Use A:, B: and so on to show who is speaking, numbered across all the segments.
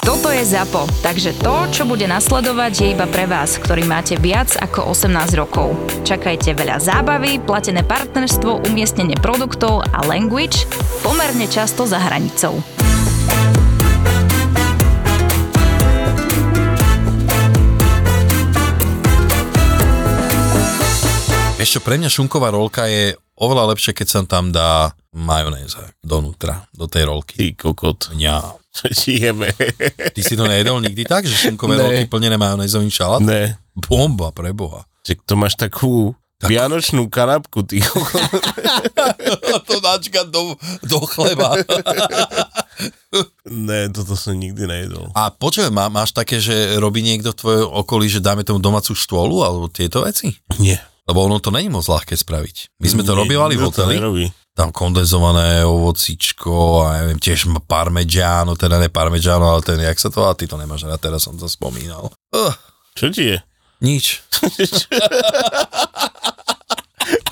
A: Toto je ZAPO, takže to, čo bude nasledovať, je iba pre vás, ktorý máte viac ako 18 rokov. Čakajte veľa zábavy, platené partnerstvo, umiestnenie produktov a language pomerne často za hranicou.
B: Vieš čo, pre mňa šunková rolka je oveľa lepšie, keď sa tam dá majonéza donútra, do tej rolky.
C: Ty kokot.
B: Ja.
C: Čo ti jeme?
B: Ty si to nejedol nikdy tak, že šunkové
C: Ne.
B: rolky plnené majonézovým šalát?
C: ne.
B: Bomba, preboha.
C: Že to máš takú vianočnú kanapku, ty kokot.
B: to načka do, do chleba.
C: Ne, toto som nikdy nejedol.
B: A počujem, má, máš také, že robí niekto v tvojom okolí, že dáme tomu domácu štôlu alebo tieto veci?
C: Nie.
B: Lebo ono to není moc ľahké spraviť. My sme to
C: Nie,
B: robívali v
C: nikto to
B: hoteli,
C: nerobí.
B: tam kondenzované ovocičko a ja neviem, tiež m- parmegiano, teda ne parmegiano, ale ten, jak sa to, a ty to nemáš rád, teraz som to spomínal. Uh,
C: Čo ti je?
B: nič.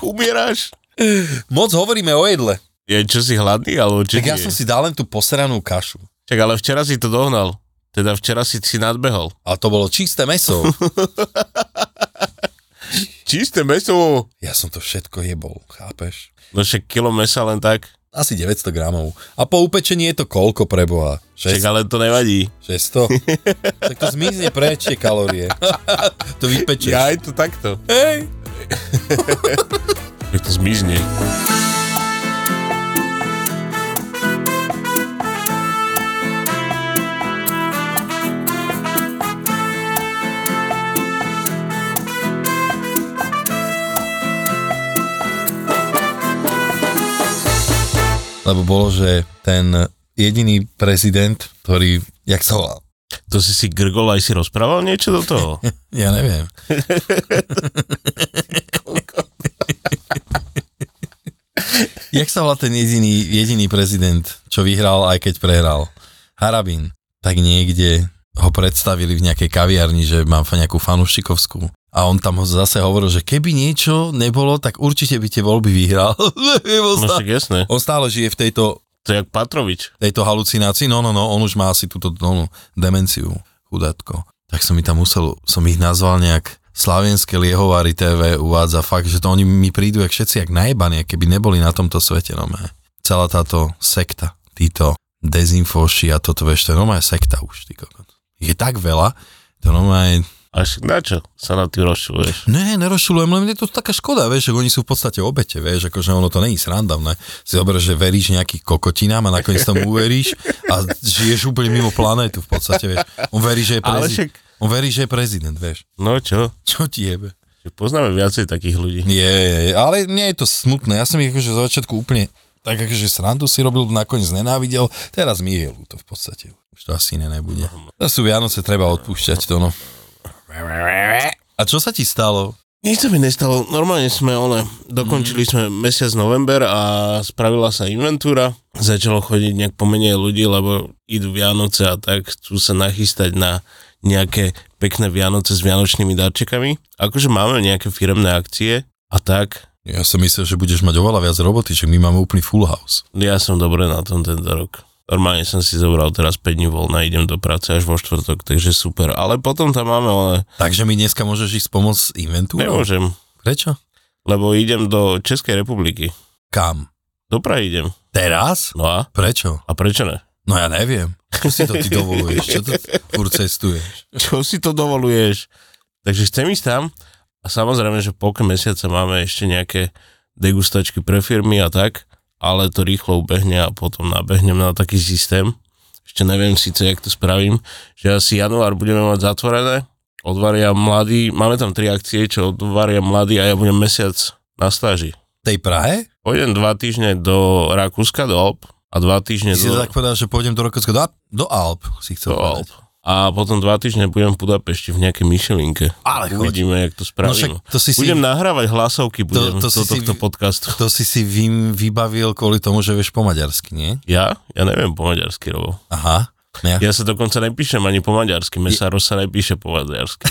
C: Umieráš?
B: Moc hovoríme o jedle.
C: Je, čo si hladný, alebo čo
B: Tak
C: ti
B: ja
C: je?
B: som si dal len tú poseranú kašu.
C: Čak, ale včera si to dohnal. Teda včera si si nadbehol.
B: A to bolo čisté meso.
C: Čisté meso.
B: ja som to všetko jebol, chápeš?
C: No však kilo mesa len tak.
B: Asi 900 gramov. A po upečení je to koľko preboha?
C: Čak,
B: 600?
C: ale to nevadí.
B: 600? tak to zmizne preč tie kalórie. to vypečeš.
C: Ja aj to takto.
B: Hej.
C: Jak to zmizne.
B: Lebo bolo, že ten jediný prezident, ktorý, jak sa volá?
C: To si si grgol aj si rozprával niečo do toho?
B: Ja neviem. jak sa volá ten jediný, jediný prezident, čo vyhral, aj keď prehral? Harabin. Tak niekde ho predstavili v nejakej kaviarni, že mám fa- nejakú fanúšikovskú. A on tam ho zase hovoril, že keby niečo nebolo, tak určite by tie voľby vyhral. Lebo
C: No
B: stá-
C: však jasné.
B: on stále žije v tejto,
C: To je jak Patrovič.
B: tejto halucinácii. No, no, no, on už má asi túto no, no, demenciu, chudátko. Tak som mi tam musel, som ich nazval nejak Slavenské liehovary TV uvádza fakt, že to oni mi prídu jak všetci jak najebaní, keby neboli na tomto svete, no mé. Celá táto sekta, títo dezinfoši a toto, vieš, to je normálne sekta už, ty kokot. Ich Je tak veľa, to normálne,
C: Až na čo sa na tým rozčuluješ?
B: ne, nerozšulujem, len je to taká škoda, vieš, že oni sú v podstate obete, vieš, akože ono to není srandavné. Si dobre, že veríš nejakých kokotinám a nakoniec tomu uveríš a žiješ úplne mimo planétu v podstate, vieš. On verí, že je
C: Ale
B: prezident.
C: však-
B: On verí, že je prezident, vieš.
C: No čo?
B: Čo ti jebe?
C: Že Poznáme viacej takých ľudí.
B: Je, je, je, ale mne je to smutné. Ja som ich akože zo začiatku úplne tak akože srandu si robil, nakoniec nenávidel. Teraz mi je ľúto v podstate. Už to asi iné nebude. To sú Vianoce, treba odpúšťať to, no. A čo sa ti stalo?
C: Nič sa mi nestalo. Normálne sme, one, dokončili sme mesiac november a spravila sa inventúra. Začalo chodiť nejak pomenej ľudí, lebo idú Vianoce a tak chcú sa nachystať na nejaké pekné Vianoce s vianočnými darčekami. Akože máme nejaké firemné akcie a tak.
B: Ja som myslel, že budeš mať oveľa viac roboty, že my máme úplný full house.
C: Ja som dobre na tom tento rok. Normálne som si zobral teraz 5 dní voľna, idem do práce až vo štvrtok, takže super. Ale potom tam máme, ale
B: Takže mi dneska môžeš ísť pomôcť s inventúrou?
C: nemôžem,
B: Prečo?
C: lebo idem do Českej republiky.
B: Kam?
C: Do Prahy idem.
B: Teraz?
C: No a?
B: Prečo?
C: A prečo ne?
B: No ja neviem. Čo si to ty dovoluješ? Čo to furt cestuješ?
C: čo si to dovoluješ? Takže chcem ísť tam a samozrejme, že polke mesiaca máme ešte nejaké degustačky pre firmy a tak, ale to rýchlo ubehne a potom nabehnem na taký systém. Ešte neviem síce, jak to spravím, že asi január budeme mať zatvorené, odvaria mladí, máme tam tri akcie, čo odvaria mladí a ja budem mesiac na stáži.
B: V tej Prahe?
C: Pôjdem dva týždne do Rakúska, do Alp a dva týždne
B: Ty si
C: do,
B: tak povedal, že pôjdem do Rakúska, do, Alp- do Alp si chcel
C: do Alp.
B: povedať. No
C: a potom dva týždne budem v Budapešti v nejakej myšelinke.
B: Ale choď. No
C: Uvidíme, jak to spravíme.
B: však to si si-
C: budem nahrávať hlasovky budem
B: to
C: to,
B: si
C: to
B: si-
C: tohto podcastu.
B: To si si vy, vybavil kvôli tomu, že vieš po maďarsky, nie?
C: Ja? Ja neviem po maďarsky, Robo.
B: Aha. No Ja,
C: Ja sa dokonca nepíšem ani po maďarsky, Mesaro sa nepíše po maďarsky.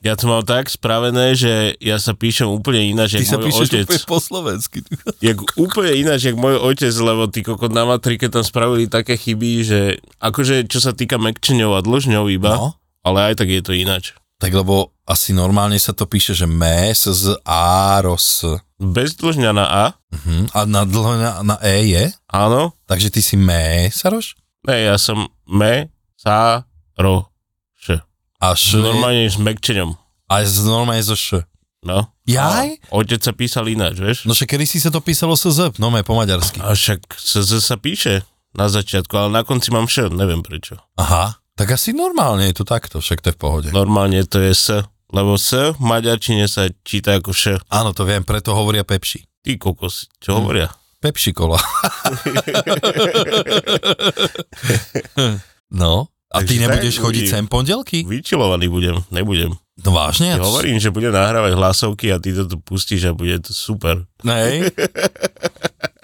C: Ja to mám tak spravené, že ja sa píšem úplne
B: ty
C: ináč,
B: sa
C: jak môj
B: píšeš
C: otec.
B: úplne po slovensky.
C: Jak úplne ináč, jak môj otec, lebo ty kokot na matrike tam spravili také chyby, že akože čo sa týka mekčeňov a dlžňov iba,
B: No,
C: no. ale aj tak je to ináč.
B: tak lebo asi normálne sa to píše, že mes z a ros.
C: Bez dlžňa na A,
B: Mhm. A na dlho na, na e je?
C: áno,
B: Takže ty si mesaroš?
C: ne, ja som me, sa, ro, š.
B: A š...
C: Normálne s mekčeňom,
B: A z, normálne zo š.
C: no.
B: Jaj?
C: A Otec sa písal ináč, vieš?
B: No však kedy si sa to písalo SZ, no po maďarsky.
C: A však sa, sa, sa píše na začiatku, ale na konci mám š, neviem prečo.
B: Aha, tak asi normálne je to takto, však to je v pohode.
C: No. Normálne to je s, lebo s v maďarčine sa číta ako š.
B: Áno, to viem, preto hovoria Pepsi.
C: Ty kokos, čo hovoria?
B: Pepsi kola. no, a ty
C: Takže tak
B: nebudeš
C: ľudí-
B: chodiť sem pondelky?
C: Vyčilovaný budem, nebudem.
B: No vážne?
C: Ja hovorím, že budem nahrávať hlasovky a ty to tu pustíš a bude to super.
B: Nej.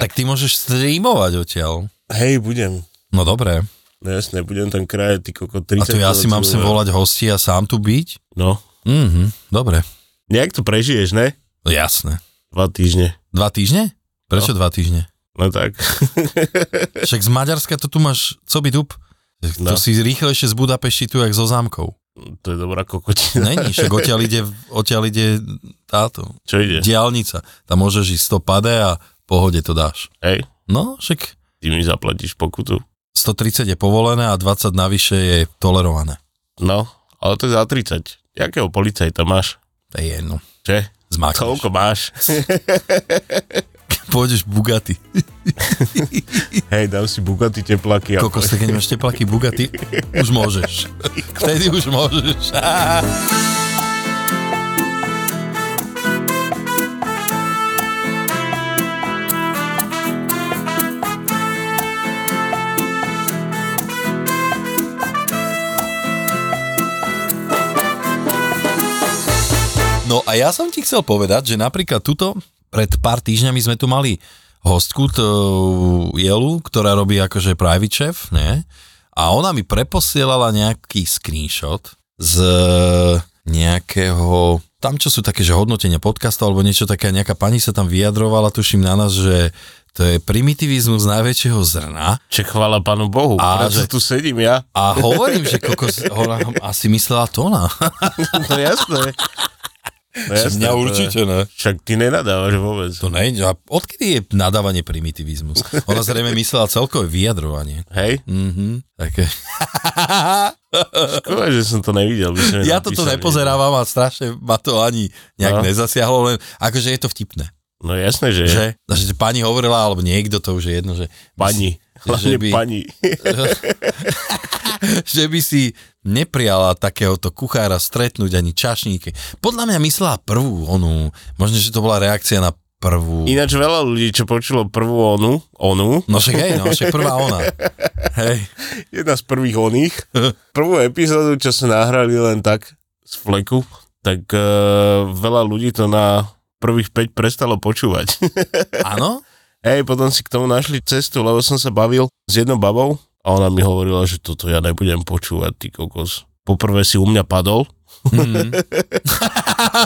B: tak ty môžeš streamovať odtiaľ.
C: Hej, budem.
B: No dobre.
C: No jasne, budem tam krajať ty koko
B: A
C: 30
B: tu ja si mám sem
C: minút.
B: volať hosti a sám tu byť?
C: No,
B: Mhm, dobre.
C: nejak to prežiješ, ne?
B: Jasné.
C: Dva týždne.
B: Dva týždne? Prečo dva týždne?
C: No tak.
B: Však z Maďarska to tu máš, co by dup?
C: No.
B: To si rýchlejšie z Budapešti tu, jak zo zámkov.
C: to je dobrá kokotina.
B: Není, však odtiaľ ide, odtiaľ ide táto,
C: Čo ide?
B: diálnica. Tam môžeš ísť 100 pade a pohode to dáš.
C: Hej,
B: No, však
C: ty mi zaplatíš pokutu.
B: 130 je povolené a 20 navyše je tolerované.
C: No, ale to je za 30. Jakého policajta máš?
B: To je jedno.
C: Že?
B: Zmákneš.
C: Koľko máš?
B: Pôjdeš Bugatti.
C: Hej, dám si Bugatti teplaky. A...
B: Kokos, tak keď máš teplaky Bugatti, už môžeš. Vtedy už môžeš. No a ja som ti chcel povedať, že napríklad tuto, pred pár týždňami sme tu mali hostku, tú Jelu, ktorá robí akože private chef, nie? A ona mi preposielala nejaký screenshot z nejakého, tam čo sú také, že hodnotenia podcastov alebo niečo také, nejaká pani sa tam vyjadrovala, tuším na nás, že to je primitivizmus najväčšieho zrna
C: Čo chvála pánu
B: A
C: Bohu, a prečo
B: že-
C: tu sedím ja?
B: a hovorím, že kokos, ona asi myslela Tona.
C: No jasné. No jasné. to je-
B: ne.
C: Však ty nenadávaš vôbec.
B: To No ne, a odkedy je nadávanie primitivizmus? Ona zrejme myslela celkové vyjadrovanie.
C: Hej,
B: Mhm, také.
C: škoda, že som to nevidel. By som
B: Ja toto
C: napísal.
B: nepozerávam a strašne ma to ani nejak
C: No.
B: nezasiahlo, len akože je to vtipné.
C: No jasné, že je.
B: Že, že pani hovorila, alebo niekto, to už je jedno, že,
C: Pani.
B: Že
C: Hlavne
B: by-
C: pani.
B: že by si nepriala takéhoto kuchára stretnúť ani čašníke. Podľa mňa myslela prvú onú, možno, že to bola reakcia na prvú.
C: Ináč veľa ľudí, čo počulo prvú onu, onu,
B: No však hej, no však prvá ona. Hej.
C: jedna z prvých oných, prvú epizódu, čo sme nahrali len tak z fleku, tak uh, veľa ľudí to na prvých 5 prestalo počúvať.
B: Áno?
C: Hej, potom si k tomu našli cestu, lebo som sa bavil s jednou babou a ona mi hovorila, že toto ja nebudem počúvať, ty kokos. Poprvé si u mňa padol,
B: Mhm.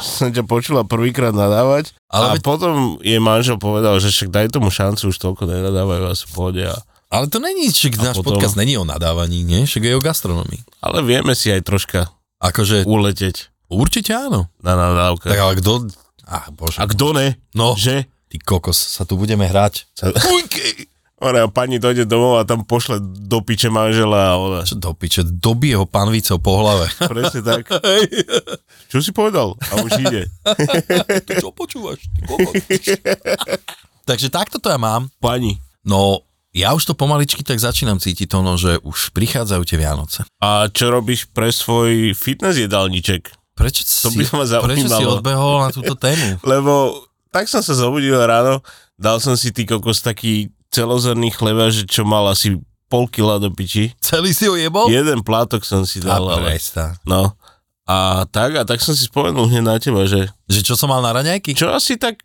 C: som ťa počula prvýkrát nadávať
B: Ale
C: ale a
B: veď-
C: potom jej manžel povedal, že však daj tomu šancu, už toľko nenadávajú asi v pohode. A...
B: Ale to není, však
C: A
B: náš
C: potom-
B: podcast není o nadávaní, nie? Však je o gastronomii.
C: Ale vieme si aj troška
B: Akože,
C: uleteť
B: určite áno.
C: na nadávke.
B: Tak ale kto... Ah, bože.
C: A kto ne?
B: No,
C: Že?
B: ty kokos, sa tu budeme hrať.
C: Ona pani dojde domov a tam pošle do piče manžela a ona.
B: Čo do piče, dobije ho panvicou po hlave.
C: Presne tak.
B: Hej,
C: Čo si povedal? A už ide.
B: ty čo počúvaš? Ty kokos. Takže takto to ja mám.
C: Pani.
B: No, ja už to pomaličky tak začínam cítiť ono, že už prichádzajú tie Vianoce.
C: A čo robíš pre svoj fitness jedálniček?
B: Prečo
C: To
B: si,
C: by ma
B: prečo si
C: zaujímalo.
B: odbehol na túto tému?
C: Lebo tak som sa zobudil ráno, dal som si ty kokos taký celozrný chleba, že čo mal asi pol kila do piči.
B: Celý si ho jebol?
C: Jeden plátok som si
B: A
C: dal, ale...
B: presta.
C: No. A tak, a tak som si spomenul hneď na teba, že
B: Že čo som mal na raňajky?
C: čo asi tak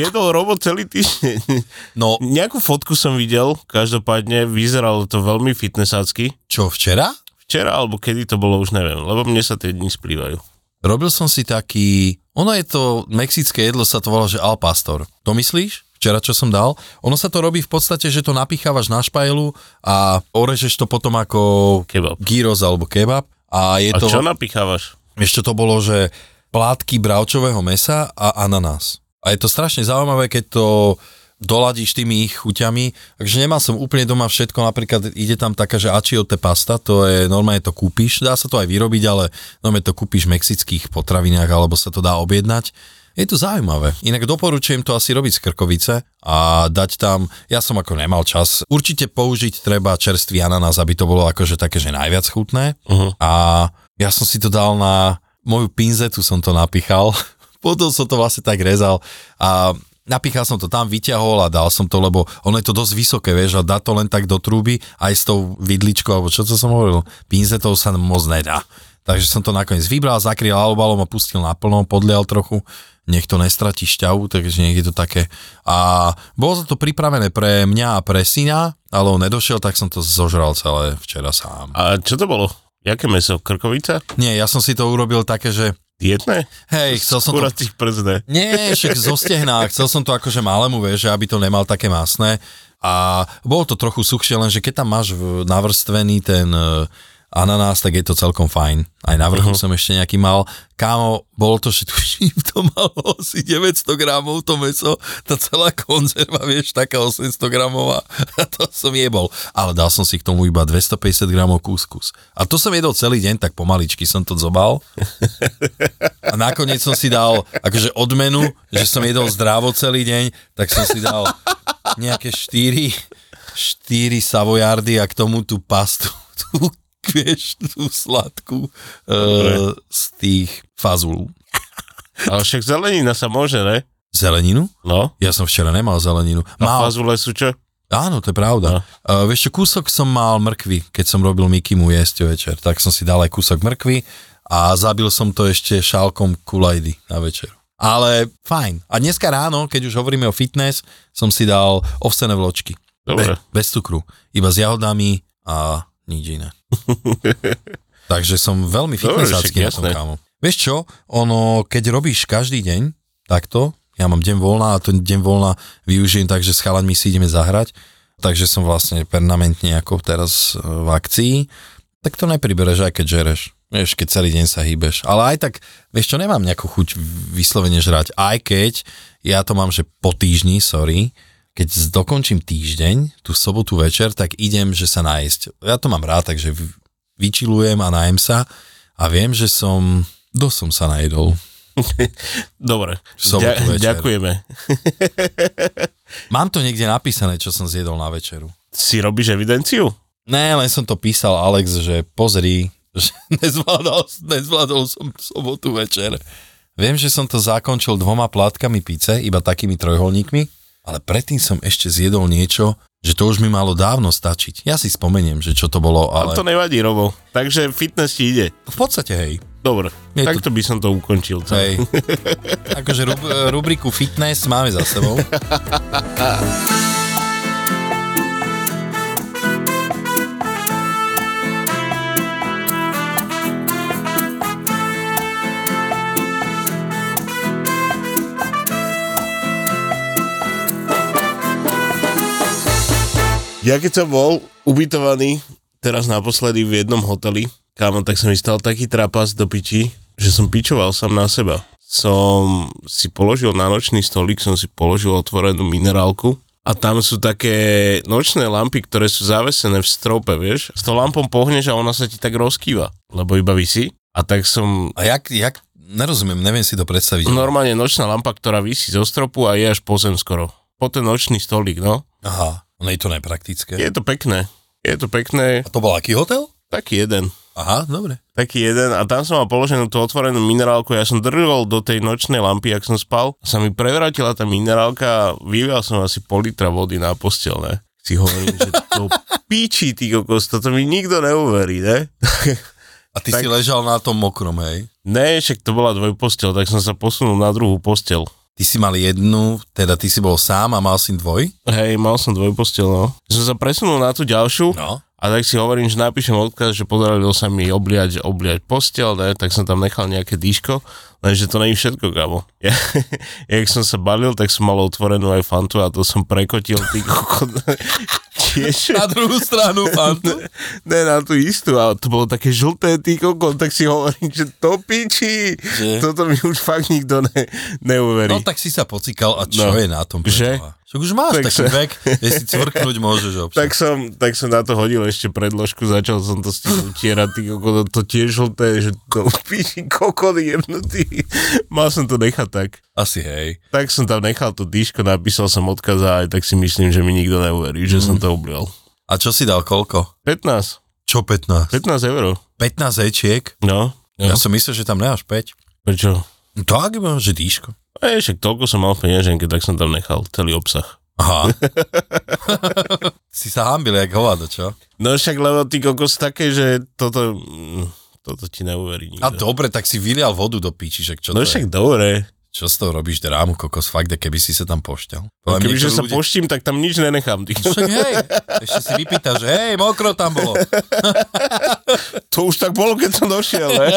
C: jedol robot celý týždeň.
B: No,
C: Nejakú fotku som videl, každopádne vyzeralo to veľmi fitnessácky.
B: čo včera?
C: Včera alebo kedy to bolo, už neviem, lebo mne sa tie dni splývajú.
B: Robil som si taký, ono je to, mexické jedlo sa to volá, že al pastor. To myslíš? Včera, čo som dal? Ono sa to robí v podstate, že to napichávaš na špajlu a orežeš to potom ako
C: Kebab.
B: gyros alebo kebab. A je
C: A
B: to,
C: čo napichávaš?
B: ešte to bolo, že plátky bravčového mesa a ananás. A je to strašne zaujímavé, keď to doladíš tými ich chuťami. Takže nemal som úplne doma všetko, napríklad ide tam taká, že achiote pasta, to je, normálne to kúpiš, dá sa to aj vyrobiť, ale normálne to kúpiš v mexických potravinách, alebo sa to dá objednať. Je to zaujímavé. Inak doporučujem to asi robiť z krkovice a dať tam, ja som ako nemal čas, určite použiť treba čerstvý ananás, aby to bolo akože také, že najviac chutné.
C: Uh-huh.
B: A ja som si to dal na moju pinzetu som to napichal, potom som to vlastne tak rezal a napichal som to tam, vyťahol a dal som to, lebo ono je to dosť vysoké, vieš, a dá to len tak do trúby, aj s tou vidličkou, alebo čo to som hovoril, pinzetou sa moc nedá. Takže som to nakoniec vybral, zakryl alobalom a pustil naplno, podlial trochu, nech to nestratí šťavu, takže nech je to také. A bolo to pripravené pre mňa a pre syna, ale on nedošiel, tak som to zožral celé včera sám.
C: A čo to bolo? Jaké meso? Krkovica?
B: Nie, ja som si to urobil také, že
C: Dietné?
B: hej, chcel som to...
C: Kuratých przné.
B: Nie, však zo stehná, chcel som to akože malému, vieš, že aby to nemal také masné. A bolo to trochu suchšie, lenže keď tam máš v- navrstvený ten e, ananás, tak je to celkom fajn. Aj na vrchu som ešte nejaký mal. Kámo, bolo to, že tuším, to malo asi 900 gramov to meso, tá celá konzerva, vieš, taká 800 gramová. A to som jebol. Ale dal som si k tomu iba 250 gramov kuskus. A to som jedol celý deň, tak pomaličky som to zobal. A nakoniec som si dal akože odmenu, že som jedol zdravo celý deň, tak som si dal nejaké štyri, štyri savojardy a k tomu tú pastu, tú, vieš, tú sladkú uh, z tých fazulú.
C: Ale však zelenina sa môže, ne?
B: Zeleninu?
C: No.
B: Ja som včera nemal zeleninu.
C: A
B: Mal,
C: fazule sú čo?
B: áno, to je pravda. Uh, vieš čo, kúsok som mal mrkvy, keď som robil Mikimu jesť večer, tak som si dal aj kúsok mrkvy a zabil som to ešte šálkom kulajdy na večeru. Ale fajn. A dneska ráno, keď už hovoríme o fitness, som si dal ovsené vločky.
C: Dobre.
B: Be, bez cukru. Iba s jahodami a nič iné. Takže som veľmi
C: Dobre,
B: fitnessácky
C: však
B: na tom,
C: jasné.
B: kámo. Vieš čo, ono, keď robíš každý deň takto, ja mám deň voľna a ten deň voľna využijem tak, že s chalaňmi si ideme zahrať, takže som vlastne permanentne ako teraz e, v akcii, tak to nepribereš, aj keď žereš. Vieš, keď celý deň sa hýbeš. Ale aj tak, vieš čo, nemám nejakú chuť vyslovene žrať. Aj keď, ja to mám, že po týždni, sorry, keď dokončím týždeň, tú sobotu večer, tak idem, že sa nájsť. Ja to mám rád, takže vy- vyčilujem a nájem sa a viem, že som, dosť som sa najedol.
C: Dobre.
B: sobotu večer.
C: ďakujeme.
B: Mám to niekde napísané, čo som zjedol na večeru.
C: Si robíš evidenciu?
B: Ne, len som to písal Alex, že pozri, že nezvládol, nezvládol som sobotu večer. Viem, že som to zakončil dvoma plátkami pice, iba takými trojholníkmi, ale predtým som ešte zjedol niečo, že to už mi malo dávno stačiť. Ja si spomeniem, že čo to bolo,
C: Ale...
B: ale
C: To nevadí, Robo. Takže fitness ti ide.
B: v podstate hej.
C: Dobre.
B: Je
C: Takto by som to ukončil. celé.
B: Hej. Akože rub- rubriku fitness máme za sebou.
C: Ja keď som bol ubytovaný teraz naposledy v jednom hoteli, kámo, tak som mi stal taký trapas do piči, že som pičoval sám na seba. Som si položil na nočný stolík, som si položil otvorenú minerálku a tam sú také nočné lampy, ktoré sú zavesené v strope, vieš. S tou lampou pohneš a ona sa ti tak rozkýva, lebo iba vysí. A tak som
B: A jak, jak, nerozumiem, neviem si to predstaviť.
C: normálne nočná lampa, ktorá vysí zo stropu a je až po zem skoro. Po ten nočný stolík, no.
B: Aha, no je to nepraktické.
C: Je to pekné. Je to pekné.
B: A to bol aký hotel?
C: Taký jeden.
B: Aha, dobre.
C: taký jeden a tam som mal položenú tú otvorenú minerálku, ja som drgol do tej nočnej lampy, ak som spal, a sa mi prevrátila tá minerálka a vylial som asi pol litra vody na postel, ne? si hovorím, že to píči, ty kokos, toto mi nikto neuverí, ne?
B: A ty si
C: Tak-
B: ležal na tom mokrom, hej?
C: Ne, však to bola dvojpostel, tak som sa posunul na druhú postel.
B: Ty si mal jednu, teda ty si bol sám a mal si dvoj?
C: Hej, mal som dvojpostel, no. Som sa presunul na tú ďalšiu
B: No.
C: a tak si hovorím, že napíšem odkaz, že podarilo sa mi obliať, obliať postel, ne? tak som tam nechal nejaké dýško, lenže to není všetko, kamo. Ja, jak som sa balil, tak som mal otvorenú aj fantu a to som prekotil, ty kokot. Tiež.
B: Na druhú stranu, Fantu.
C: Ne, na tú istú, ale to bolo také žlté, ty kokot, tak si hovorím, že to piči,
B: Že?
C: toto mi už fakt nikto ne, neuverí.
B: No tak si sa pocikal a čo
C: No.
B: je na tom
C: Že?
B: preboha? Však už máš
C: Tak
B: taký
C: sa-
B: vek, kde si cvrknúť môžeš občas.
C: Tak som, tak som na to hodil ešte predložku, začal som to s tým utierať, ty kokot, to tiež žlté, že to píši kokot jemnutý. Mal som to nechať tak.
B: Asi hej.
C: Tak som tam nechal to dýško, napísal som odkaz a aj tak si myslím, že mi nikto neuverí, že
B: Mhm.
C: som to oblial.
B: A čo si dal koľko?
C: 15,
B: Čo 15?
C: 15 eur.
B: 15 hečiek?
C: No,
B: Ja som myslel, že tam nemáš 5.
C: prečo?
B: Tak, že dýško.
C: E, však toľko som mal v peňaženke, tak som tam nechal celý obsah.
B: Aha. si sa hambil jak hovado, čo?
C: No však lebo ty kokos také, že toto, mm, toto ti neuverí nikto.
B: A dobre, tak si vylial vodu do píči, že čo
C: no
B: to je?
C: však dobre.
B: Čo z toho robíš drámu, kokos, fakt, keby si sa tam pošťal. Podľa mňa
C: Kebyže
B: niektorí
C: No sa
B: ľudia-
C: poštím, tak tam nič nenechám. Ty.
B: Však hej, ešte si vypýtaš, že hej, mokro tam bolo.
C: To už tak bolo, keď som došiel, ne?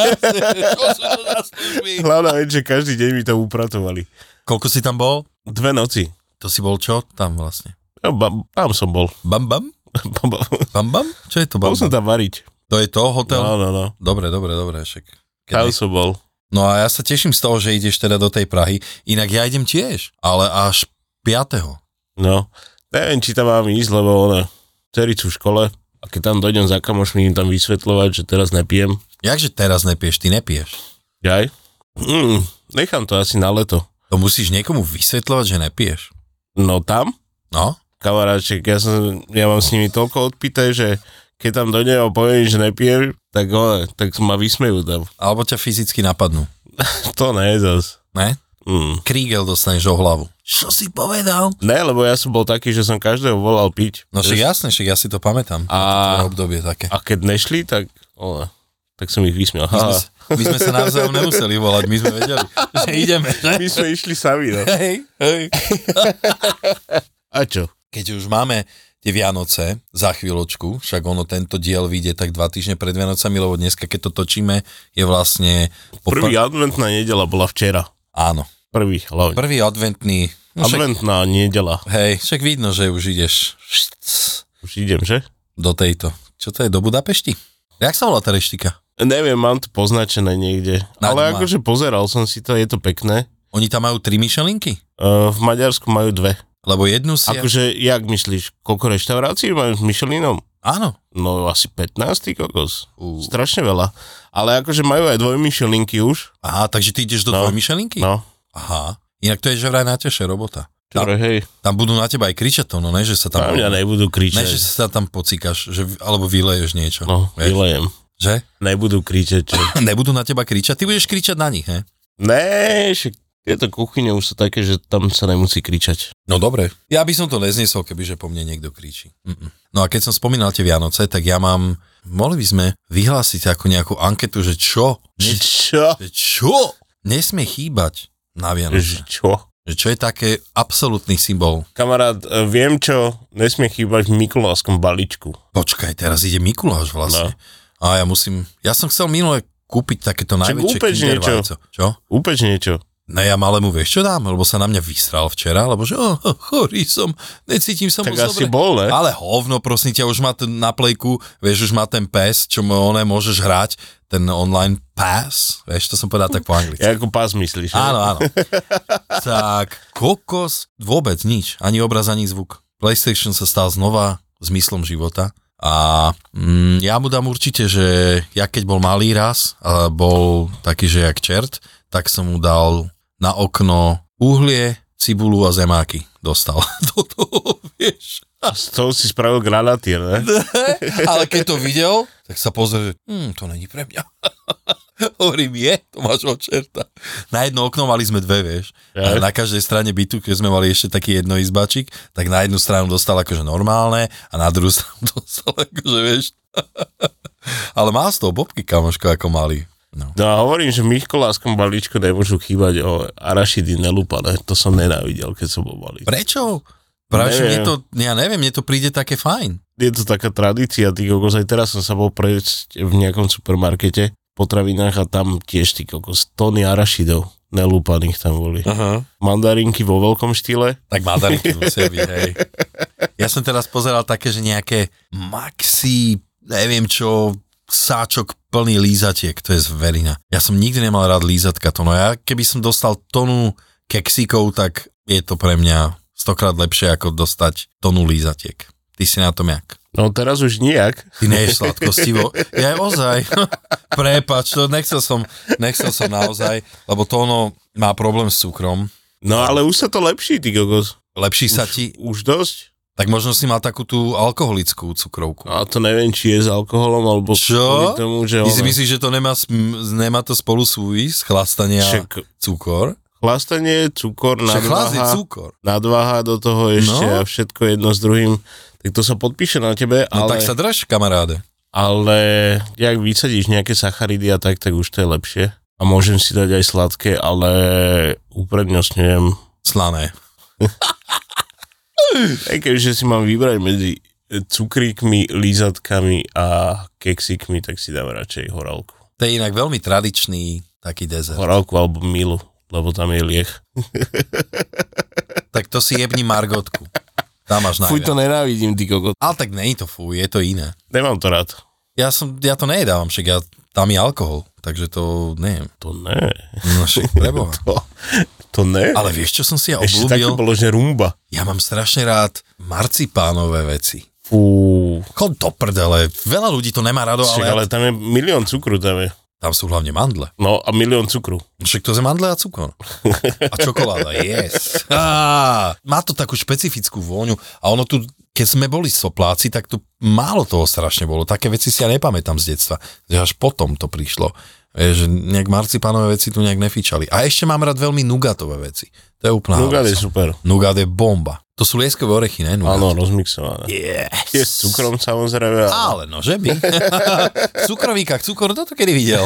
B: Čo sú to za služby?
C: Hlavná vec, že každý deň mi to upratovali.
B: Koľko si tam bol?
C: Dve noci.
B: To si bol čo tam vlastne?
C: Ja, ba- tam som bol.
B: Bam bam?
C: Ba- ba-
B: Bam bam? Čo je to bam?
C: bol som
B: bam?
C: tam variť.
B: To je to hotel?
C: No, no, no.
B: Dobre, dobre, dobre, však. Keď
C: Tam
B: nech-
C: som bol.
B: No a ja sa teším z toho, že ideš teda do tej Prahy. Inak ja idem tiež, ale až 5.
C: No. Neviem, či tam mám ísť, lebo ona cericu v škole. A keď tam dojdem za kamošmi, im tam vysvetľovať, že teraz nepijem.
B: Jakže teraz nepieš, ty nepieš.
C: Jaj? Mm, nechám to asi na leto.
B: To musíš niekomu vysvetľovať, že nepieš.
C: No tam?
B: No,
C: kamaráček, ja, som, ja mám s nimi toľko odpité, že keď tam do neho poviem, že nepijem, tak, ole, tak ma vysmejú tam.
B: alebo ťa fyzicky napadnú.
C: To ne zas.
B: Ne?
C: Mm.
B: Krígel dostaneš o hlavu. Čo si povedal?
C: Ne, lebo ja som bol taký, že som každého volal piť.
B: No však jasne, však ja si to pamätám.
C: A,
B: Tvoje obdobie také.
C: a keď nešli, tak, ole, tak som ich
B: My
C: vysmiel.
B: sme,
C: Ha,
B: s- my sme sa navzájom nemuseli volať, my sme vedeli, že ideme. Že?
C: my sme išli sami, no.
B: Hej, hej.
C: A čo?
B: Keď už máme tie Vianoce za chvíľočku, však ono tento diel vyjde tak dva týždne pred Vianocami, lebo dneska, keď to točíme, je vlastne... po
C: Prvý
B: pr-
C: adventná nedela bola včera.
B: Áno.
C: Prvý, hlavne.
B: Prvý adventný... No však,
C: Adventná nedela.
B: hej, však vidno, že už ideš
C: Už idem, že?
B: do tejto. Čo to je, do Budapešti? Jak sa volá tá reštika?
C: Neviem, mám to poznačené niekde.
B: Na
C: Ale
B: doma.
C: akože pozeral som si to, je to pekné.
B: Oni tam majú tri myšelinky?
C: Uh, v Maďarsku majú dve.
B: Lebo jednu si...
C: Akože, jak myslíš, koľko reštaurácií majú s Michelinom?
B: Áno.
C: No asi 15, ty kokos.
B: U.
C: Strašne veľa. Ale akože majú aj dvojmyšelinky už.
B: Aha, takže ty ideš do
C: No.
B: no. myšelinky?
C: No.
B: Aha. Inak to je že vraj najťažšia robota.
C: Ktoré, hej.
B: Tam budú na teba aj kričať to, no ne, že sa tam...
C: Na mňa nebudú
B: ne, že
C: kričať.
B: sa tam pocíkaš, že, v- alebo vyleješ niečo.
C: No,
B: vieš,
C: vylejem.
B: Že?
C: Nebudú kričať, čo?
B: Nebudú na teba kričať, ty budeš kričať na nich, he?
C: Ne, však tieto kuchyne už sú také, že tam sa nemusí kričať.
B: No dobre. Ja by som to neznesol, kebyže po mne niekto kričí. Mm-mm. No a keď som spomínal tie Vianoce, tak ja mám... Mohli by sme vyhlásiť ako nejakú anketu, že čo?
C: Že
B: Ne,
C: Čo?
B: že čo? Nesmie chýbať na
C: Že
B: Vianoce.
C: čo?
B: Že čo je také absolútny symbol?
C: Kamarát, e, viem čo, nesmie chýbať v Mikulášskom balíčku.
B: Počkaj, teraz ide Mikuláš vlastne. No. A ja musím... Ja som chcel minule kúpiť takéto najväčšie
C: kúpeš
B: Kinder
C: niečo?
B: vajco. Čo?
C: Úpeč niečo.
B: No ja malému vieš, čo dám? Lebo sa na mňa vysral včera, lebo že oh, oh, chorý som, necítim sa
C: Tak
B: moc
C: asi
B: dobre.
C: bol, ne?
B: Ale hovno, prosím ťa, už má ten na plejku, vieš, už má ten pes, čo mu oné môžeš hrať, ten online pass, vieš, to som povedal tak po anglicky.
C: Ja ako pás myslíš. ne?
B: Áno, áno. tak, kokos, vôbec nič, ani obraz, ani zvuk. PlayStation sa stal znova zmyslom života a mm, ja mu dám určite, že ja keď bol malý raz, a bol taký, že jak čert, tak som mu dal na okno uhlie, cibulu a zemáky dostal do toho, vieš.
C: A z toho si spravil granatier, ne?
B: Ale keď to videl, tak sa pozrie, že hm, to není pre mňa. Hovorím, je, to máš od čerta. Na jedno okno mali sme dve, vieš.
C: Ja.
B: A na každej strane bytu, keď sme mali ešte taký jednoizbačik, tak na jednu stranu dostal akože normálne a na druhú stranu dostal akože, vieš. Ale má z toho bobky, kamoško, ako mali. No.
C: No a hovorím, že v Micholáskom balíčku nemôžu chýbať o arašidy nelúpané. To som nenávidel, keď som bol malý.
B: Prečo? Práve, že mne
C: Neviem.
B: to, ja neviem, mne to príde také fajn.
C: Je to taká tradícia, ty kokos, aj teraz som sa bol prejsť v nejakom supermarkete v potravinách a tam tiež ty kokos, tony arašidov nelúpaných tam boli.
B: Aha.
C: Mandarinky vo veľkom štýle.
B: Tak mandarinky musia byť, hej. Ja som teraz pozeral také, že nejaké maxi, neviem čo, sáčok plný lízatiek, to je zverina. Ja som nikdy nemal rád lízatka, to no ja keby som dostal tonu keksíkov, tak je to pre mňa stokrát lepšie ako dostať tonu lízatiek. Ty si na tom jak?
C: No teraz už nejak.
B: Ty neješ sladkostivo. Ja aj ozaj. Prepač, to nechcel som, nechcel som naozaj, lebo to ono má problém s cukrom.
C: No ale už sa to lepší, ty kokos.
B: Lepší sa ti,
C: Už dosť. No
B: tak možno si mal takú tú alkoholickú cukrovku.
C: A to neviem, či je s alkoholom, alebo
B: Čo?
C: kvôli tomu, že
B: Ty si
C: ona-
B: myslíš, že to nemá, sm- nemá to spolu súvis, chlastanie a
C: Však
B: cukor?
C: chlastanie, cukor,
B: Však chlast je
C: nadváha,
B: cukor.
C: nadváha do toho ešte
B: No.
C: a všetko jedno s druhým, tak to sa podpíše na tebe,
B: No
C: ale,
B: tak sa drž, kamaráde.
C: ale jak vysadíš nejaké sacharidy a tak, tak už to je lepšie. A môžem si dať aj sladké, ale uprednostňujem.
B: Slané.
C: Aj keďže si mám vybrať medzi e, cukríkmi, lízatkami a keksikmi, tak si dám radšej horálku.
B: To je inak veľmi tradičný taký dezert.
C: Horálku alebo milu, lebo tam je liech.
B: Tak to si jebni margotku. Tam máš
C: Fuj, to
B: najviac.
C: nenávidím, ty kokot.
B: Ale tak není to fuj, je to iné.
C: Nemám to rád.
B: Ja, som, ja to nejedávam, však ja, tam je alkohol, takže to neviem.
C: To ne.
B: No však preboha.
C: To, to ne.
B: Ale vieš, čo som si ja
C: Ešte také
B: obľúbil?
C: bolo, že rumba.
B: Ja mám strašne rád marcipánové veci.
C: Fú.
B: Chod do prdele, veľa ľudí to nemá rado,
C: Však,
B: ale, ale
C: ale tam je milión cukru, tam je.
B: tam sú hlavne mandle.
C: No a milión cukru.
B: Však to je mandle a cukor. A čokoláda, yes. Á, má to takú špecifickú vôňu a ono tu, keď sme boli sopláci, tak tu málo toho strašne bolo. Také veci si ja nepamätám z detstva, že až potom to prišlo. Vieš, že nejak marcipánové veci tu nejak nefičali. A ešte mám rád veľmi nugatové veci. To je úplná
C: Nugat je
B: halúca.
C: super.
B: Nugat je bomba. To sú lieskové orechy, ne? Nugat.
C: Áno, rozmixované.
B: Yes.
C: Je s cukrom samozrejme. ale-
B: Ale no, že by. v cukrovíkach cukor, toto kedy videl?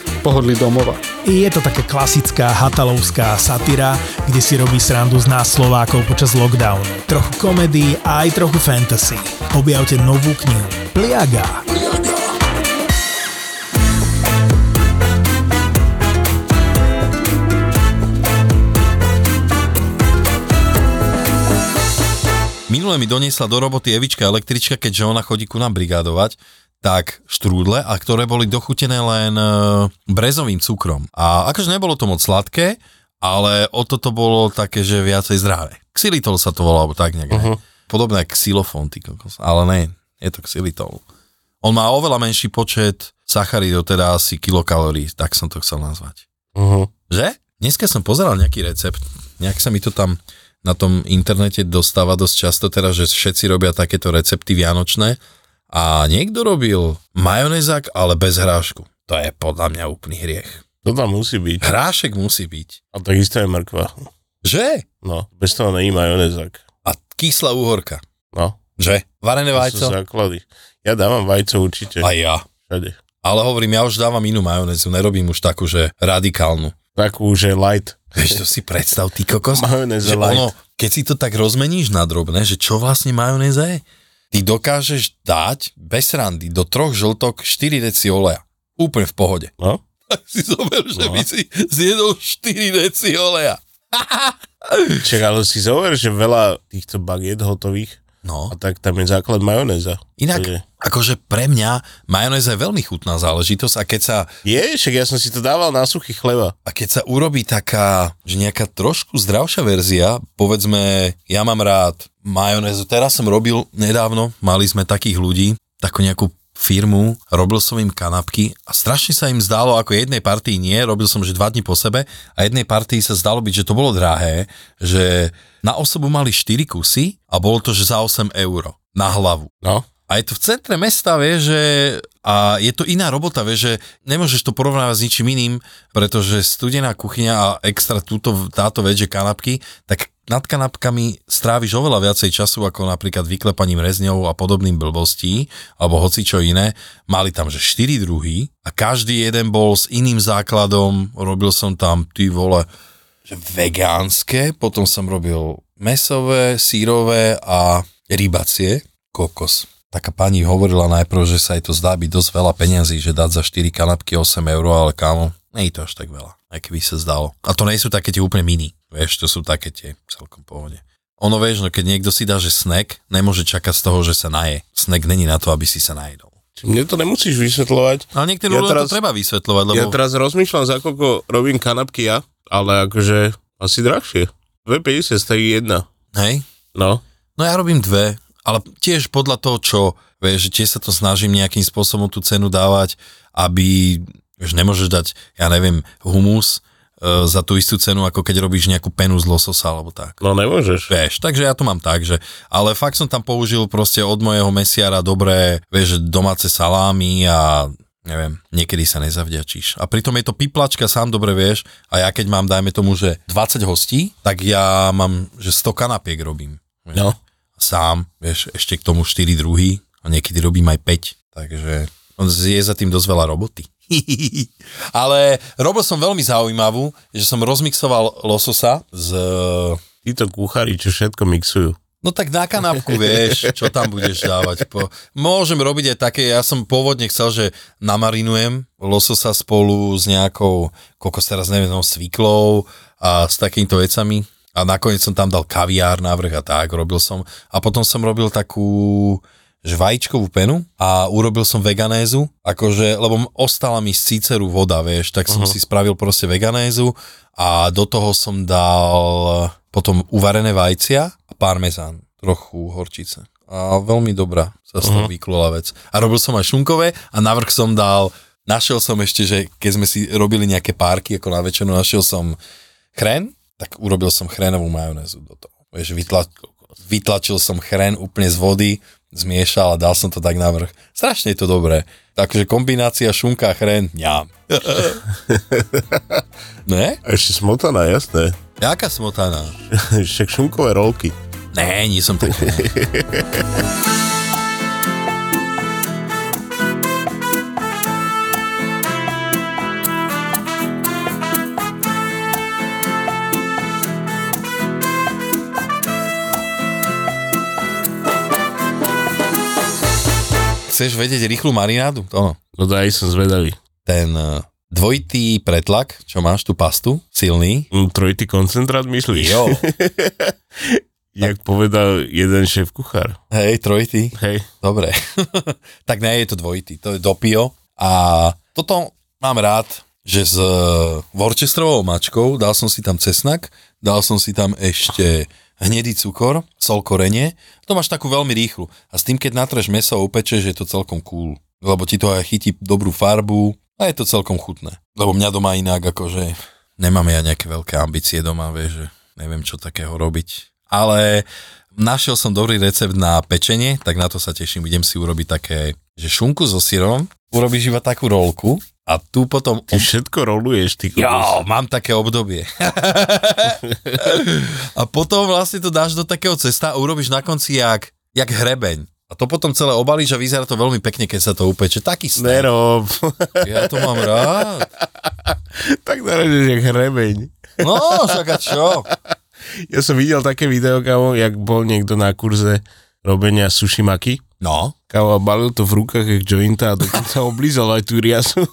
D: pohodli domova.
E: Je to taká klasická hatalovská satyra, kde si robí srandu z nás Slovákov počas lockdownu. Trochu komedii a aj trochu fantasy. Objavte novú knihu Pliaga.
B: Minule mi doniesla do roboty Evička električka, keďže ona chodí ku nám brigádovať, tak štrúdle, a ktoré boli dochutené len e, brezovým cukrom. A akože nebolo to moc sladké, ale o toto bolo také, že viacej zdravé. Xylitol sa to volá, alebo tak nejak. Uh-huh. Podobné ako xylofón, ty kokos. Ale ne, je to xylitol. On má oveľa menší počet sacharidov, teda asi kilokalórií, tak som to chcel nazvať.
C: Mhm.
B: Že? Dneska som pozeral nejaký recept, nejak sa mi to tam na tom internete dostáva dosť často teraz, že všetci robia takéto recepty vianočné a niekto robil majonezák, ale bez hrášku. To je podľa mňa úplný hriech.
C: To tam musí byť.
B: Hrášek musí byť.
C: A takisto je mrkva.
B: Že?
C: No, bez toho není majonezák.
B: A kyslá úhorka.
C: No,
B: Že? Varené
C: to sú
B: vajco.
C: základy. Ja dávam vajco určite.
B: A ja.
C: Všade.
B: Ale hovorím, ja už dávam inú majonezu, nerobím už takú, že radikálnu.
C: Takú, že light.
B: Vieš, to si predstav, ty kokos.
C: Majonéza
B: že
C: light.
B: ono, keď si to tak rozmeníš na drobné, že čo vlastne majonéza je, ty dokážeš dať bez randy do troch žltok 4 deci oleja. Úplne v pohode. No.
C: No,
B: Tak si zober, že by si zjedol 4 deci oleja.
C: čak, ale si zover, že veľa týchto bagiet hotových
B: No.
C: A tak tam je základ majonéza.
B: Inak,
C: Takže-
B: akože pre mňa majonéza je veľmi chutná záležitosť a keď sa,
C: Je, však ja som si to dával na suchý chleba.
B: a keď sa urobí taká, že nejaká trošku zdravšia verzia, povedzme, ja mám rád majonézu, teraz som robil nedávno, mali sme takých ľudí, takú nejakú firmu, robil som im kanapky a strašne sa im zdálo, ako jednej partii nie, robil som že dva dní po sebe a jednej partii sa zdalo byť, že to bolo drahé, že na osobu mali 4 kusy a bolo to, že za 8 euro na hlavu.
C: No.
B: A je to v centre mesta, vieš, že a je to iná robota, vieš, že nemôžeš to porovnávať s ničím iným, pretože studená kuchyňa a extra túto, táto vec, že kanapky, tak nad kanapkami stráviš oveľa viacej času ako napríklad vyklepaním rezňov a podobným blbostí, alebo hoci čo iné. Mali tam, že 4 druhy a každý jeden bol s iným základom, robil som tam, ty vole, že vegánske, potom som robil mesové, sírové a rybacie, kokos. Taká pani hovorila najprv, že sa jej to zdá byť dosť veľa peňazí, že dať za 4 kanapky 8 eur, ale kámo, nie je to až tak veľa, aj keby sa zdalo. A to nie sú také tie úplne mini, vieš, to sú také tie celkom pohode. Ono vieš, no keď niekto si dá, že snack, nemôže čakať z toho, že sa naje. Snack není na to, aby si sa najedol.
C: Či Mne to nemusíš vysvetľovať.
B: Ale niektorým
C: Ja
B: ľuďom
C: teraz-
B: to treba vysvetľovať, lebo...
C: Ja teraz rozmýšľam, za koľko robím kanapky ja, ale akože asi drahšie. 2,50 stojí jedna.
B: Hej?
C: No.
B: No ja robím dve, ale tiež podľa toho, čo, vieš, že tiež sa to snažím nejakým spôsobom tú cenu dávať, aby, vieš, nemôžeš dať, ja neviem, humus e, za tú istú cenu, ako keď robíš nejakú penu z lososa alebo tak.
C: No nemôžeš.
B: Vieš, takže ja to mám tak, že, ale fakt som tam použil proste od mojeho mesiara dobré, vieš, domáce salámy a neviem, niekedy sa nezavďačíš. A pritom je to piplačka, sám dobre vieš, a ja keď mám, dajme tomu, že 20 hostí, tak ja mám, že 100 kanapiek robím. Vieš
C: No.
B: sám, vieš, ešte k tomu 4 druhy a niekedy robím aj 5, takže on je za tým dosť veľa roboty. Ale robil som veľmi zaujímavú, že som rozmixoval lososa z...
C: Títo kuchári, čo všetko mixujú.
B: No tak na kanapku, vieš, čo tam budeš dávať. Po... Môžem robiť aj také, ja som pôvodne chcel, že namarinujem lososa spolu s nejakou, kokos teraz neviem, no, sviklou a s takýmito vecami. A nakoniec som tam dal kaviár návrh a tak, robil som. A potom som robil takú že vajíčkovú penu a urobil som veganézu, akože, lebo m- ostala mi z cíceru voda, vieš, tak som uh-huh. si spravil proste veganézu a do toho som dal potom uvarené vajcia a parmezán, trochu horčice. A veľmi dobrá sa z toho vyklula vec. A robil som aj šunkové a navrh som dal, našiel som ešte, že keď sme si robili nejaké párky, ako na večeru, našiel som chren, tak urobil som chrénovú majonézu do toho. Vieš, vytla, vytlačil som chren úplne z vody, zmiešal a dal som to tak na vrch. Strašne je to dobré. Takže kombinácia šunka a chren, ňam. ne?
C: A ešte smotaná, jasné.
B: Jaká smotaná?
C: Však šunkové rolky.
B: Ne, nie som taký. Chceš vedieť rýchlu marinádu? To ono.
C: No daj, som zvedavý.
B: Ten eh, dvojitý pretlak, čo máš, tú pastu, silný.
C: Mm, Trojitý koncentrát myslíš?
B: Jo,
C: Jak povedal jeden šéf kuchár.
B: hej, trojitý.
C: Hej.
B: Dobre. tak ne, je to dvojitý, to je dopio. A toto mám rád, že s e, Worcesterovou mačkou dal som si tam cesnak, dal som si tam ešte hnedý cukor, sol korenie. To máš takú veľmi rýchlu. A s tým, keď natreš meso a upečeš, je to celkom cool. Lebo ti to aj chytí dobrú farbu a je to celkom chutné. Lebo mňa doma inak akože nemám ja nejaké veľké ambície doma, vieš, že neviem čo takého robiť. Ale našiel som dobrý recept na pečenie, tak na to sa teším. Idem si urobiť také, že šunku so syrom, urobíš iba takú rolku a tu potom...
C: Ty všetko roluješ, ty kokos.
B: Jo, mám také obdobie. a potom vlastne to dáš do takého cesta a urobíš na konci jak, jak hrebeň. A to potom celé obalíš a vyzerá to veľmi pekne, keď sa to upeče. Taký sner.
C: Nerob.
B: Ja to mám rád.
C: tak narežeš jak hrebeň.
B: No, však a čo?
C: Ja som videl také video, kámo, jak bol niekto na kurze robenia sushi maki.
B: No,
C: Kámo, a balil to v rukách jak jointa a dokonca oblízal aj tú riasu.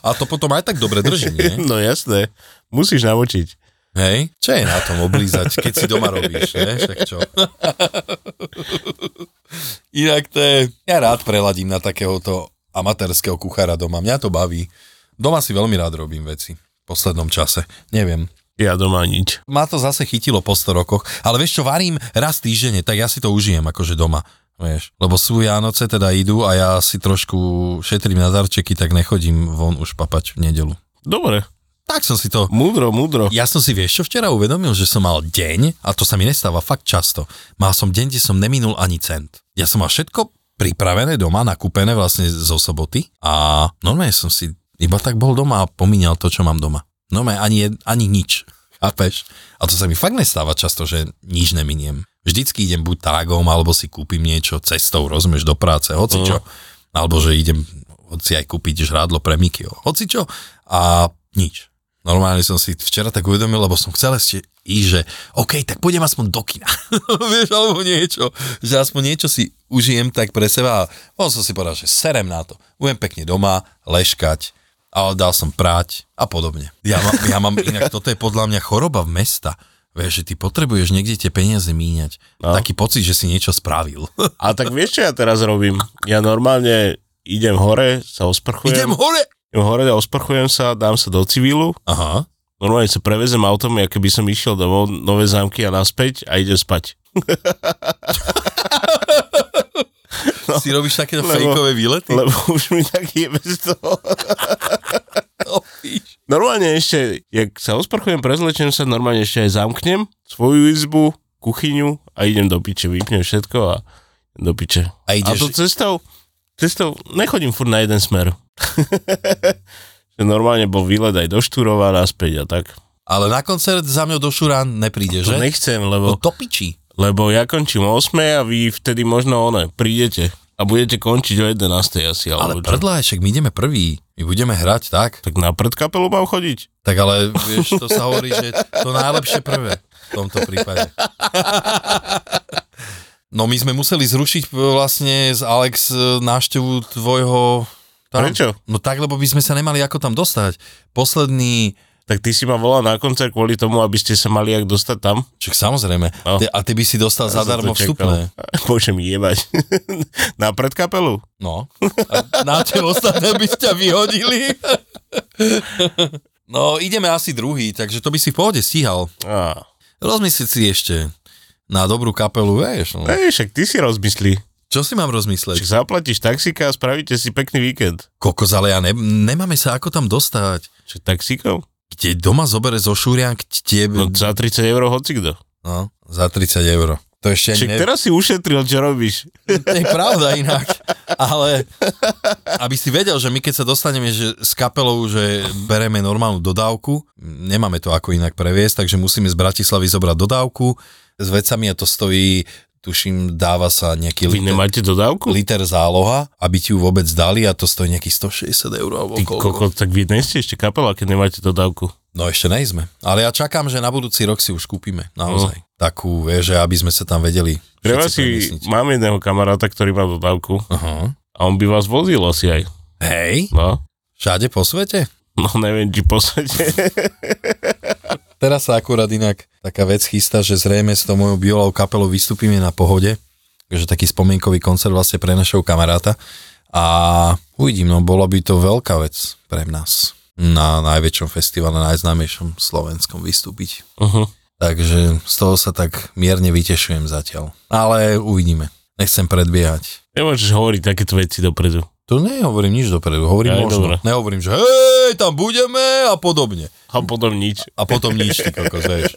B: a to potom aj tak dobre drží, nie?
C: no jasné, musíš namočiť.
B: Hej, čo je na tom oblízať, keď si doma robíš, ne? Však čo? Inak to je, ja rád preladím na takéhoto amatérskeho kuchára doma, mňa to baví. Doma si veľmi rád robím veci v poslednom čase, neviem.
C: Ja doma nič.
B: Ma to zase chytilo po 100 rokoch, ale vieš čo, varím raz týždenne, tak ja si to užijem akože doma. Vieš, lebo sú Vianoce, teda idú a ja si trošku šetrím na darčeky, tak nechodím von už papať v nedelu.
C: Dobre.
B: Tak som si to
C: Múdro, múdro.
B: ja som si vieš čo včera uvedomil, že som mal deň, a to sa mi nestáva fakt často, mal som deň, kde som neminul ani cent. Ja som mal všetko pripravené doma, nakúpené vlastne zo soboty a normálne som si iba tak bol doma a pomíňal to, čo mám doma. Normálne ani, jed, ani nič. Chápeš? A to sa mi fakt nestáva často, že nič neminiem. Vždycky idem buď tágom, alebo si kúpim niečo cestou, rozumieš, do práce, hoci čo. Alebo že idem hoci aj kúpiť žrádlo pre Mikio, hoci čo. A nič. Normálne som si včera tak uvedomil, lebo som chcel ešte ísť, že OK, tak pôjdem aspoň do kina. Vieš, alebo niečo. Že aspoň niečo si užijem tak pre seba. A on som si povedal, že serem na to. Budem pekne doma, leškať, ale dal som práť a podobne. Ja mám, ja mám inak, toto je podľa mňa choroba v mesta. Vieš, že ty potrebuješ niekde tie peniaze míňať. No. Taký pocit, že si niečo spravil.
C: A tak vieš, čo ja teraz robím? Ja normálne idem hore, sa osprchujem.
B: Idem hore!
C: idem hore, osprchujem sa, dám sa do civilu.
B: Aha.
C: Normálne sa prevezem autom, ako by som išiel domov, nové zámky a naspäť a idem spať.
B: No, si robíš takéto
C: lebo-
B: fejkové výlety?
C: Lebo už mi tak jebe z toho.
B: No, píš.
C: Normálne ešte, jak sa osprchujem, prezlečem sa, normálne ešte aj zamknem svoju izbu, kuchyňu a idem do piče, vypnem všetko a idem do piče.
B: A ideš-
C: a to cestou, cestou nechodím furt na jeden smer. Že normálne bol výlet aj do Štúrova naspäť a tak.
B: Ale na koncert za mňou do Šurán nepríde,
C: To
B: že?
C: nechcem,
B: No
C: lebo,
B: to pičí.
C: lebo ja končím o 8 a vy vtedy možno one, prídete a budete končiť o 11 asi.
B: Ale
C: Alebo čo.
B: prdla, však my ideme prvý. My budeme hrať, tak?
C: Tak na predkapelu mám chodiť.
B: Tak ale vieš, to sa hovorí, že to najlepšie prvé v tomto prípade. No my sme museli zrušiť vlastne z Alex e, návštevu tvojho...
C: Prečo?
B: No tak, lebo by sme sa nemali ako tam dostať. Posledný...
C: Tak ty si ma volal na koncert kvôli tomu, aby ste sa mali jak dostať tam.
B: Čak samozrejme.
C: No.
B: Ty, a ty by si dostal
C: Ja som
B: zadarmo
C: to čakal.
B: vstupné.
C: Môžem jebať. Na predkapelu?
B: No. A na tie ostatné by ťa vyhodili. No, ideme asi druhý, takže to by si v pohode stíhal.
C: Á.
B: Rozmyslieť si ešte na dobrú kapelu, vieš. No.
C: Ej, však ty si rozmyslí.
B: Čo si mám
C: Však
B: rozmysleť?
C: zaplatíš taxíka a spravíte si pekný víkend.
B: Kokos, ale ja ne, nemáme sa ako tam dostať.
C: Čo taxíkov?
B: Kde doma zobere zo Šúrian k
C: No
B: tebe?
C: za 30 eur hocikdo.
B: No, za 30 eur. To ešte
C: Však
B: ani ne,
C: teraz si ušetril, čo robíš.
B: to je pravda inak, ale aby si vedel, že my keď sa dostaneme že s kapelou, že bereme normálnu dodávku, nemáme to ako inak previesť, takže musíme z Bratislavy zobrať dodávku, s vecami a to stojí, tuším, dáva sa nejaký
C: Vy
B: liter,
C: nemáte dodávku?
B: liter záloha, aby ti ju vôbec dali a to stojí nejakých 160 eur alebo
C: Ty
B: koľko.
C: koko, tak vy nie ste ešte kapela, keď nemáte dodávku.
B: No ešte nejsme, ale ja čakám, že na budúci rok si už kúpime, naozaj. Takú, vieš, že aby sme sa tam vedeli
C: No. Treba
B: všetci
C: si,
B: premiesniť.
C: mám jedného kamaráta, ktorý má dodávku
B: Aha.
C: a on by vás vozil asi aj.
B: Hej,
C: No,
B: všade po svete?
C: no neviem, či poslete.
B: Teraz sa akurát inak taká vec chystá, že zrejme s tou mojou biolou kapelou vystúpime na pohode, takže taký spomienkový koncert vlastne pre našeho kamaráta a uvidím, no bola by to veľká vec pre nás na najväčšom festivale, najznámejšom slovenskom vystúpiť.
C: Uh-huh.
B: Takže z toho sa tak mierne vytešujem zatiaľ. Ale uvidíme. Nechcem predbiehať.
C: Nemôžeš hovoriť takéto veci dopredu.
B: To nehovorím nič dopredu, hovorím
C: Aj,
B: možno.
C: dobre.
B: Nehovorím, že hej, tam budeme a podobne.
C: A potom nič.
B: a potom nič, ty kokos, vieš.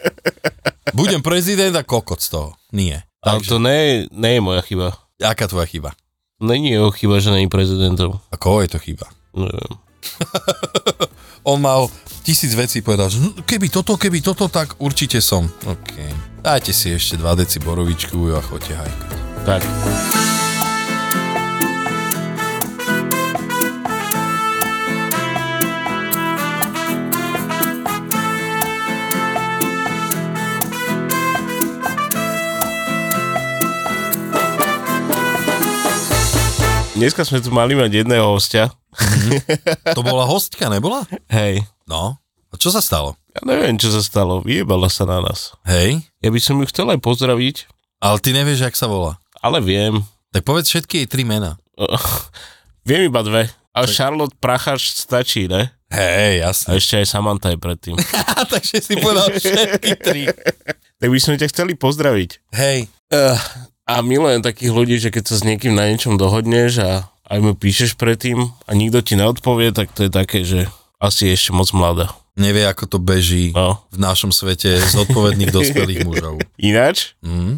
B: Budem prezident a kokot z toho. Nie.
C: Ale
B: Takže,
C: to nie, je- nie je moja chyba.
B: aká tvoja chyba?
C: Není jeho chyba, že není prezidentom.
B: A koho je to chyba?
C: Neviem.
B: On mal tisíc vecí, povedal, že "Hm, keby toto, keby toto, tak určite som. OK. Dajte si ešte 2 deci borovičku a choďte hajkať.
C: Tak. Dneska sme tu mali mať jedného hostia.
B: To bola hostka, nebola?
C: Hej.
B: No. A Čo sa stalo?
C: Ja neviem, čo sa stalo, vyjebala sa na nás.
B: Hej?
C: Ja by som ju chcel aj pozdraviť,
B: Ale ty nevieš, jak sa volá.
C: ale viem.
B: Tak povedz všetky jej tri mená.
C: Viem iba dve. A Charlotte Prachaš stačí, ne?
B: Hej,
C: A
B: jasne.
C: ešte aj Samantha je predtým.
B: Takže si povedal všetky tri.
C: tak by sme ťa chceli pozdraviť.
B: Hej.
C: Uh, a milujem takých ľudí, že keď sa s niekým na niečom dohodneš a aj mu píšeš predtým a nikto ti neodpovie, tak to je také, že asi je ešte moc mladá.
B: Nevie, ako to beží
C: No.
B: v našom svete zodpovedných dospelých mužov.
C: Ináč,
B: Mm?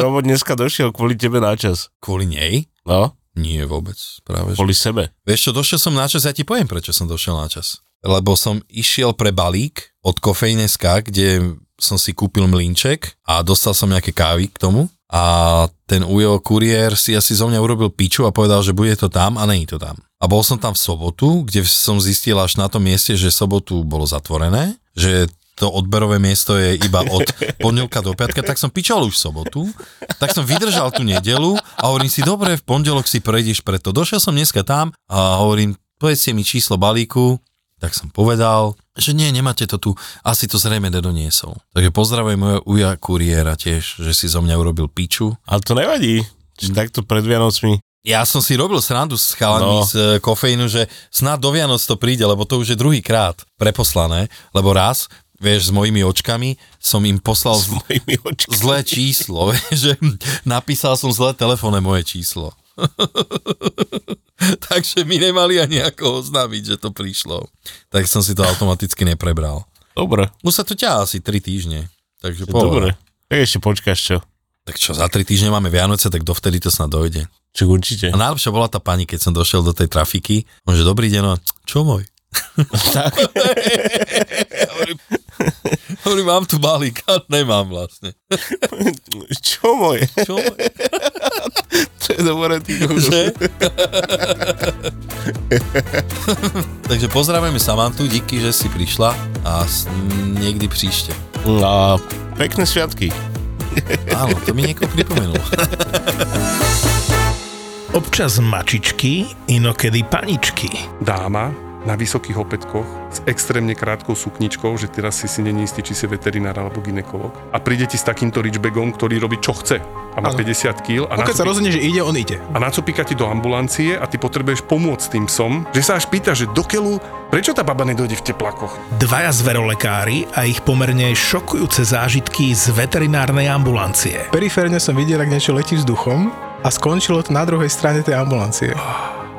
C: Robo dneska došiel kvôli tebe na čas.
B: Kvôli nej?
C: No,
B: Nie vôbec, práve že.
C: kvôli sebe.
B: Vieš čo, došiel som na čas, ja ti poviem, prečo som došiel na čas. Lebo som išiel pre balík od kofejneska, kde som si kúpil mlinček a dostal som nejaké kávy k tomu a ten ujo kuriér si asi zo mňa urobil piču a povedal, že bude to tam a není to tam. A bol som tam v sobotu, kde som zistil až na tom mieste, že sobotu bolo zatvorené, že to odberové miesto je iba od pondelka do piatka, tak som pičal už v sobotu, tak som vydržal tú nedelu a hovorím si, dobre, v pondelok si prejdeš preto. Došiel som dneska tam a hovorím, povedzte mi číslo balíku, tak som povedal, že nie, nemáte to tu, asi to zrejme nedoniesol. Takže pozdravujem moja uja kuriéra tiež, že si zo mňa urobil piču.
C: Ale to nevadí, že takto pred Vianocmi.
B: Ja som si robil srandu s chalami
C: No.
B: no. z e, kofeínu, že snad do Vianoc to príde, lebo to už je druhý krát preposlané, lebo raz, vieš, s mojimi očkami som im poslal
C: S mojimi očkami.
B: zlé číslo, vieš, že napísal som zlé telefónne moje číslo. Takže mi nemali ani ako oznámiť, že to prišlo. Tak som si to automaticky neprebral.
C: Dobre,
B: Už sa to ťa asi 3 týždne. Takže pohoda.
C: dobre. Tak ešte počkáš čo.
B: Tak čo, za 3 týždne máme Vianoce, tak dovtedy to snad dojde.
C: Čo určite.
B: A najlepšia bola tá pani, keď som došiel do tej trafiky. On že, dobrý deň, no, čo môj?
C: Tak.
B: Hovorím, mám tu balík, a nemám vlastne.
C: Čo moje?
B: Čo môj?
C: To je dobré, ty
B: Že? Takže pozdravujeme Samantu, díky, že si prišla a s- niekdy príšte.
C: A pekné sviatky.
B: Áno, to mi niekoho pripomenul.
E: Občas mačičky, inokedy paničky.
F: dáma na vysokých opätkoch s extrémne krátkou sukničkou, že teraz si si není istý, či si veterinár alebo ginekolog. A príde ti s takýmto richbagom, ktorý robí čo chce a má 50 kg a,
G: Pokiaľ
F: nacupí-
G: sa rozhodne, že ide, on ide.
F: a nacupíka ti do ambulancie a ty potrebuješ pomôcť tým psom, že sa až pýta, že dokelu, prečo tá baba nedojde v teplakoch?
E: Dvaja zverolekári a ich pomerne šokujúce zážitky z veterinárnej ambulancie.
G: Periférne som videl, ak niečo letí vzduchom a skončilo to na druhej strane tej ambulancie.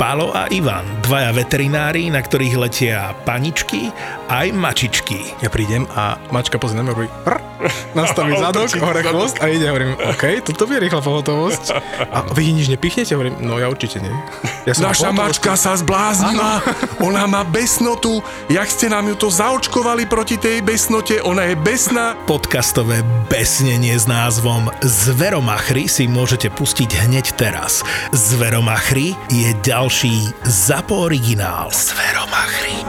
E: Palo a Ivan, dvaja veterinári, na ktorých letia paničky aj mačičky.
G: Ja prídem a mačka pozrie na mňa, hovorí, prr, nastaví zadok, hore chvost a ide, hovorím, OK, toto bude rýchla pohotovosť. A vy nič nepichnete? Hovorím, no ja určite nie. Ja som
F: Naša
G: pohotovosť-
F: mačka sa zbláznila, ona má besnotu, jak ste nám ju to zaočkovali proti tej besnote, ona je besná.
E: Podcastové besnenie s názvom Zveromachry si môžete pustiť hneď teraz. Zveromachry je ďalší ZAPO originál. Zveromachry.